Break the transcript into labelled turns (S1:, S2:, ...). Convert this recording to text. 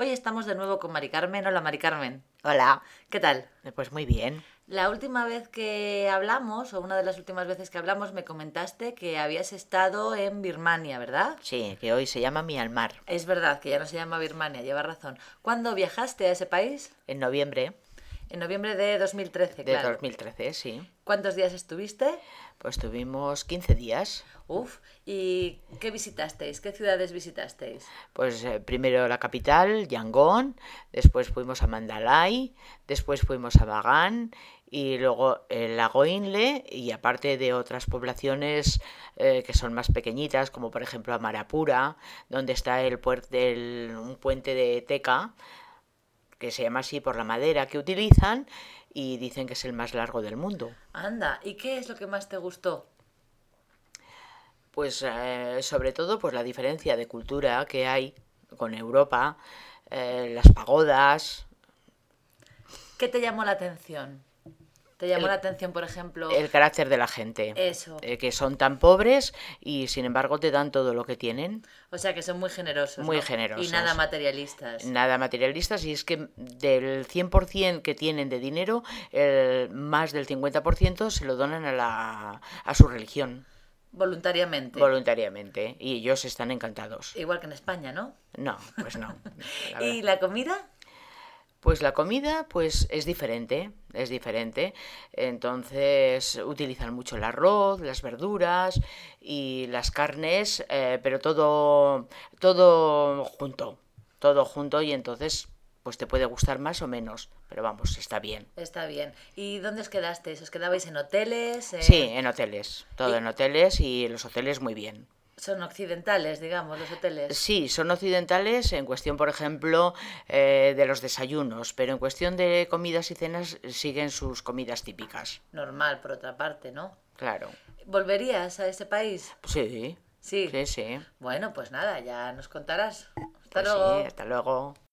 S1: estamos de nuevo con Mari Carmen. Hola, Mari Carmen. Hola. ¿Qué tal?
S2: Pues muy bien.
S1: La última vez que hablamos, o una de las últimas veces que hablamos, me comentaste que habías estado en Birmania, ¿verdad?
S2: Sí, que hoy se llama Myanmar.
S1: Es verdad que ya no se llama Birmania, lleva razón. ¿Cuándo viajaste a ese país?
S2: En noviembre
S1: En noviembre de 2013,
S2: de
S1: claro.
S2: 2013, sí.
S1: ¿Cuántos días estuviste?
S2: Pues tuvimos 15 días.
S1: Uf. ¿Y qué visitasteis? ¿Qué ciudades visitasteis?
S2: Pues eh, primero la capital, Yangon, después fuimos a Mandalay, después fuimos a Bagan y luego el lago Inle y aparte de otras poblaciones eh, que son más pequeñitas, como por ejemplo Amarapura, donde está el puer- del- un puente de teca, que se llama así por la madera que utilizan y dicen que es el más largo del mundo.
S1: Anda, ¿y qué es lo que más te gustó?
S2: Pues eh, sobre todo pues la diferencia de cultura que hay con Europa, eh, las pagodas,
S1: ¿Qué te llamó la atención? ¿Te llamó
S2: El-
S1: la atención, por ejemplo,
S2: el carácter de la gente,
S1: eso?
S2: eh, que son tan pobres y sin embargo te dan todo lo que tienen,
S1: O sea, que son muy generosos.
S2: Muy
S1: ¿no?
S2: generosos.
S1: Y nada materialistas.
S2: nada materialistas y es que del 100% que tienen de dinero, el- más del 50% se lo donan a, la, a su religión
S1: Voluntariamente.
S2: voluntariamente y ellos están encantados.
S1: Igual que en España, ¿no?
S2: No, pues no. la verdad.
S1: ¿Y la comida?
S2: Pues la comida, pues es diferente, es diferente. Entonces utilizan mucho el arroz, las verduras y las carnes, eh, pero todo, todo junto, todo junto y entonces pues te puede gustar más o menos, pero vamos, está bien.
S1: Está bien. ¿Y dónde os quedasteis? ¿Os quedabais en hoteles? eh?
S2: Sí, en hoteles, todo
S1: y-
S2: en hoteles y los hoteles muy bien.
S1: Son occidentales, digamos, los hoteles.
S2: Sí, son occidentales en cuestión, por ejemplo, eh, de los desayunos, pero en cuestión de comidas y cenas siguen sus comidas típicas.
S1: Normal, por otra parte, ¿no?
S2: Claro.
S1: ¿Volverías a ese país?
S2: Pues Sí,
S1: Sí.
S2: sí, sí.
S1: Bueno, pues nada, ya nos contarás. Hasta
S2: Pues sí,
S1: luego.
S2: hasta luego.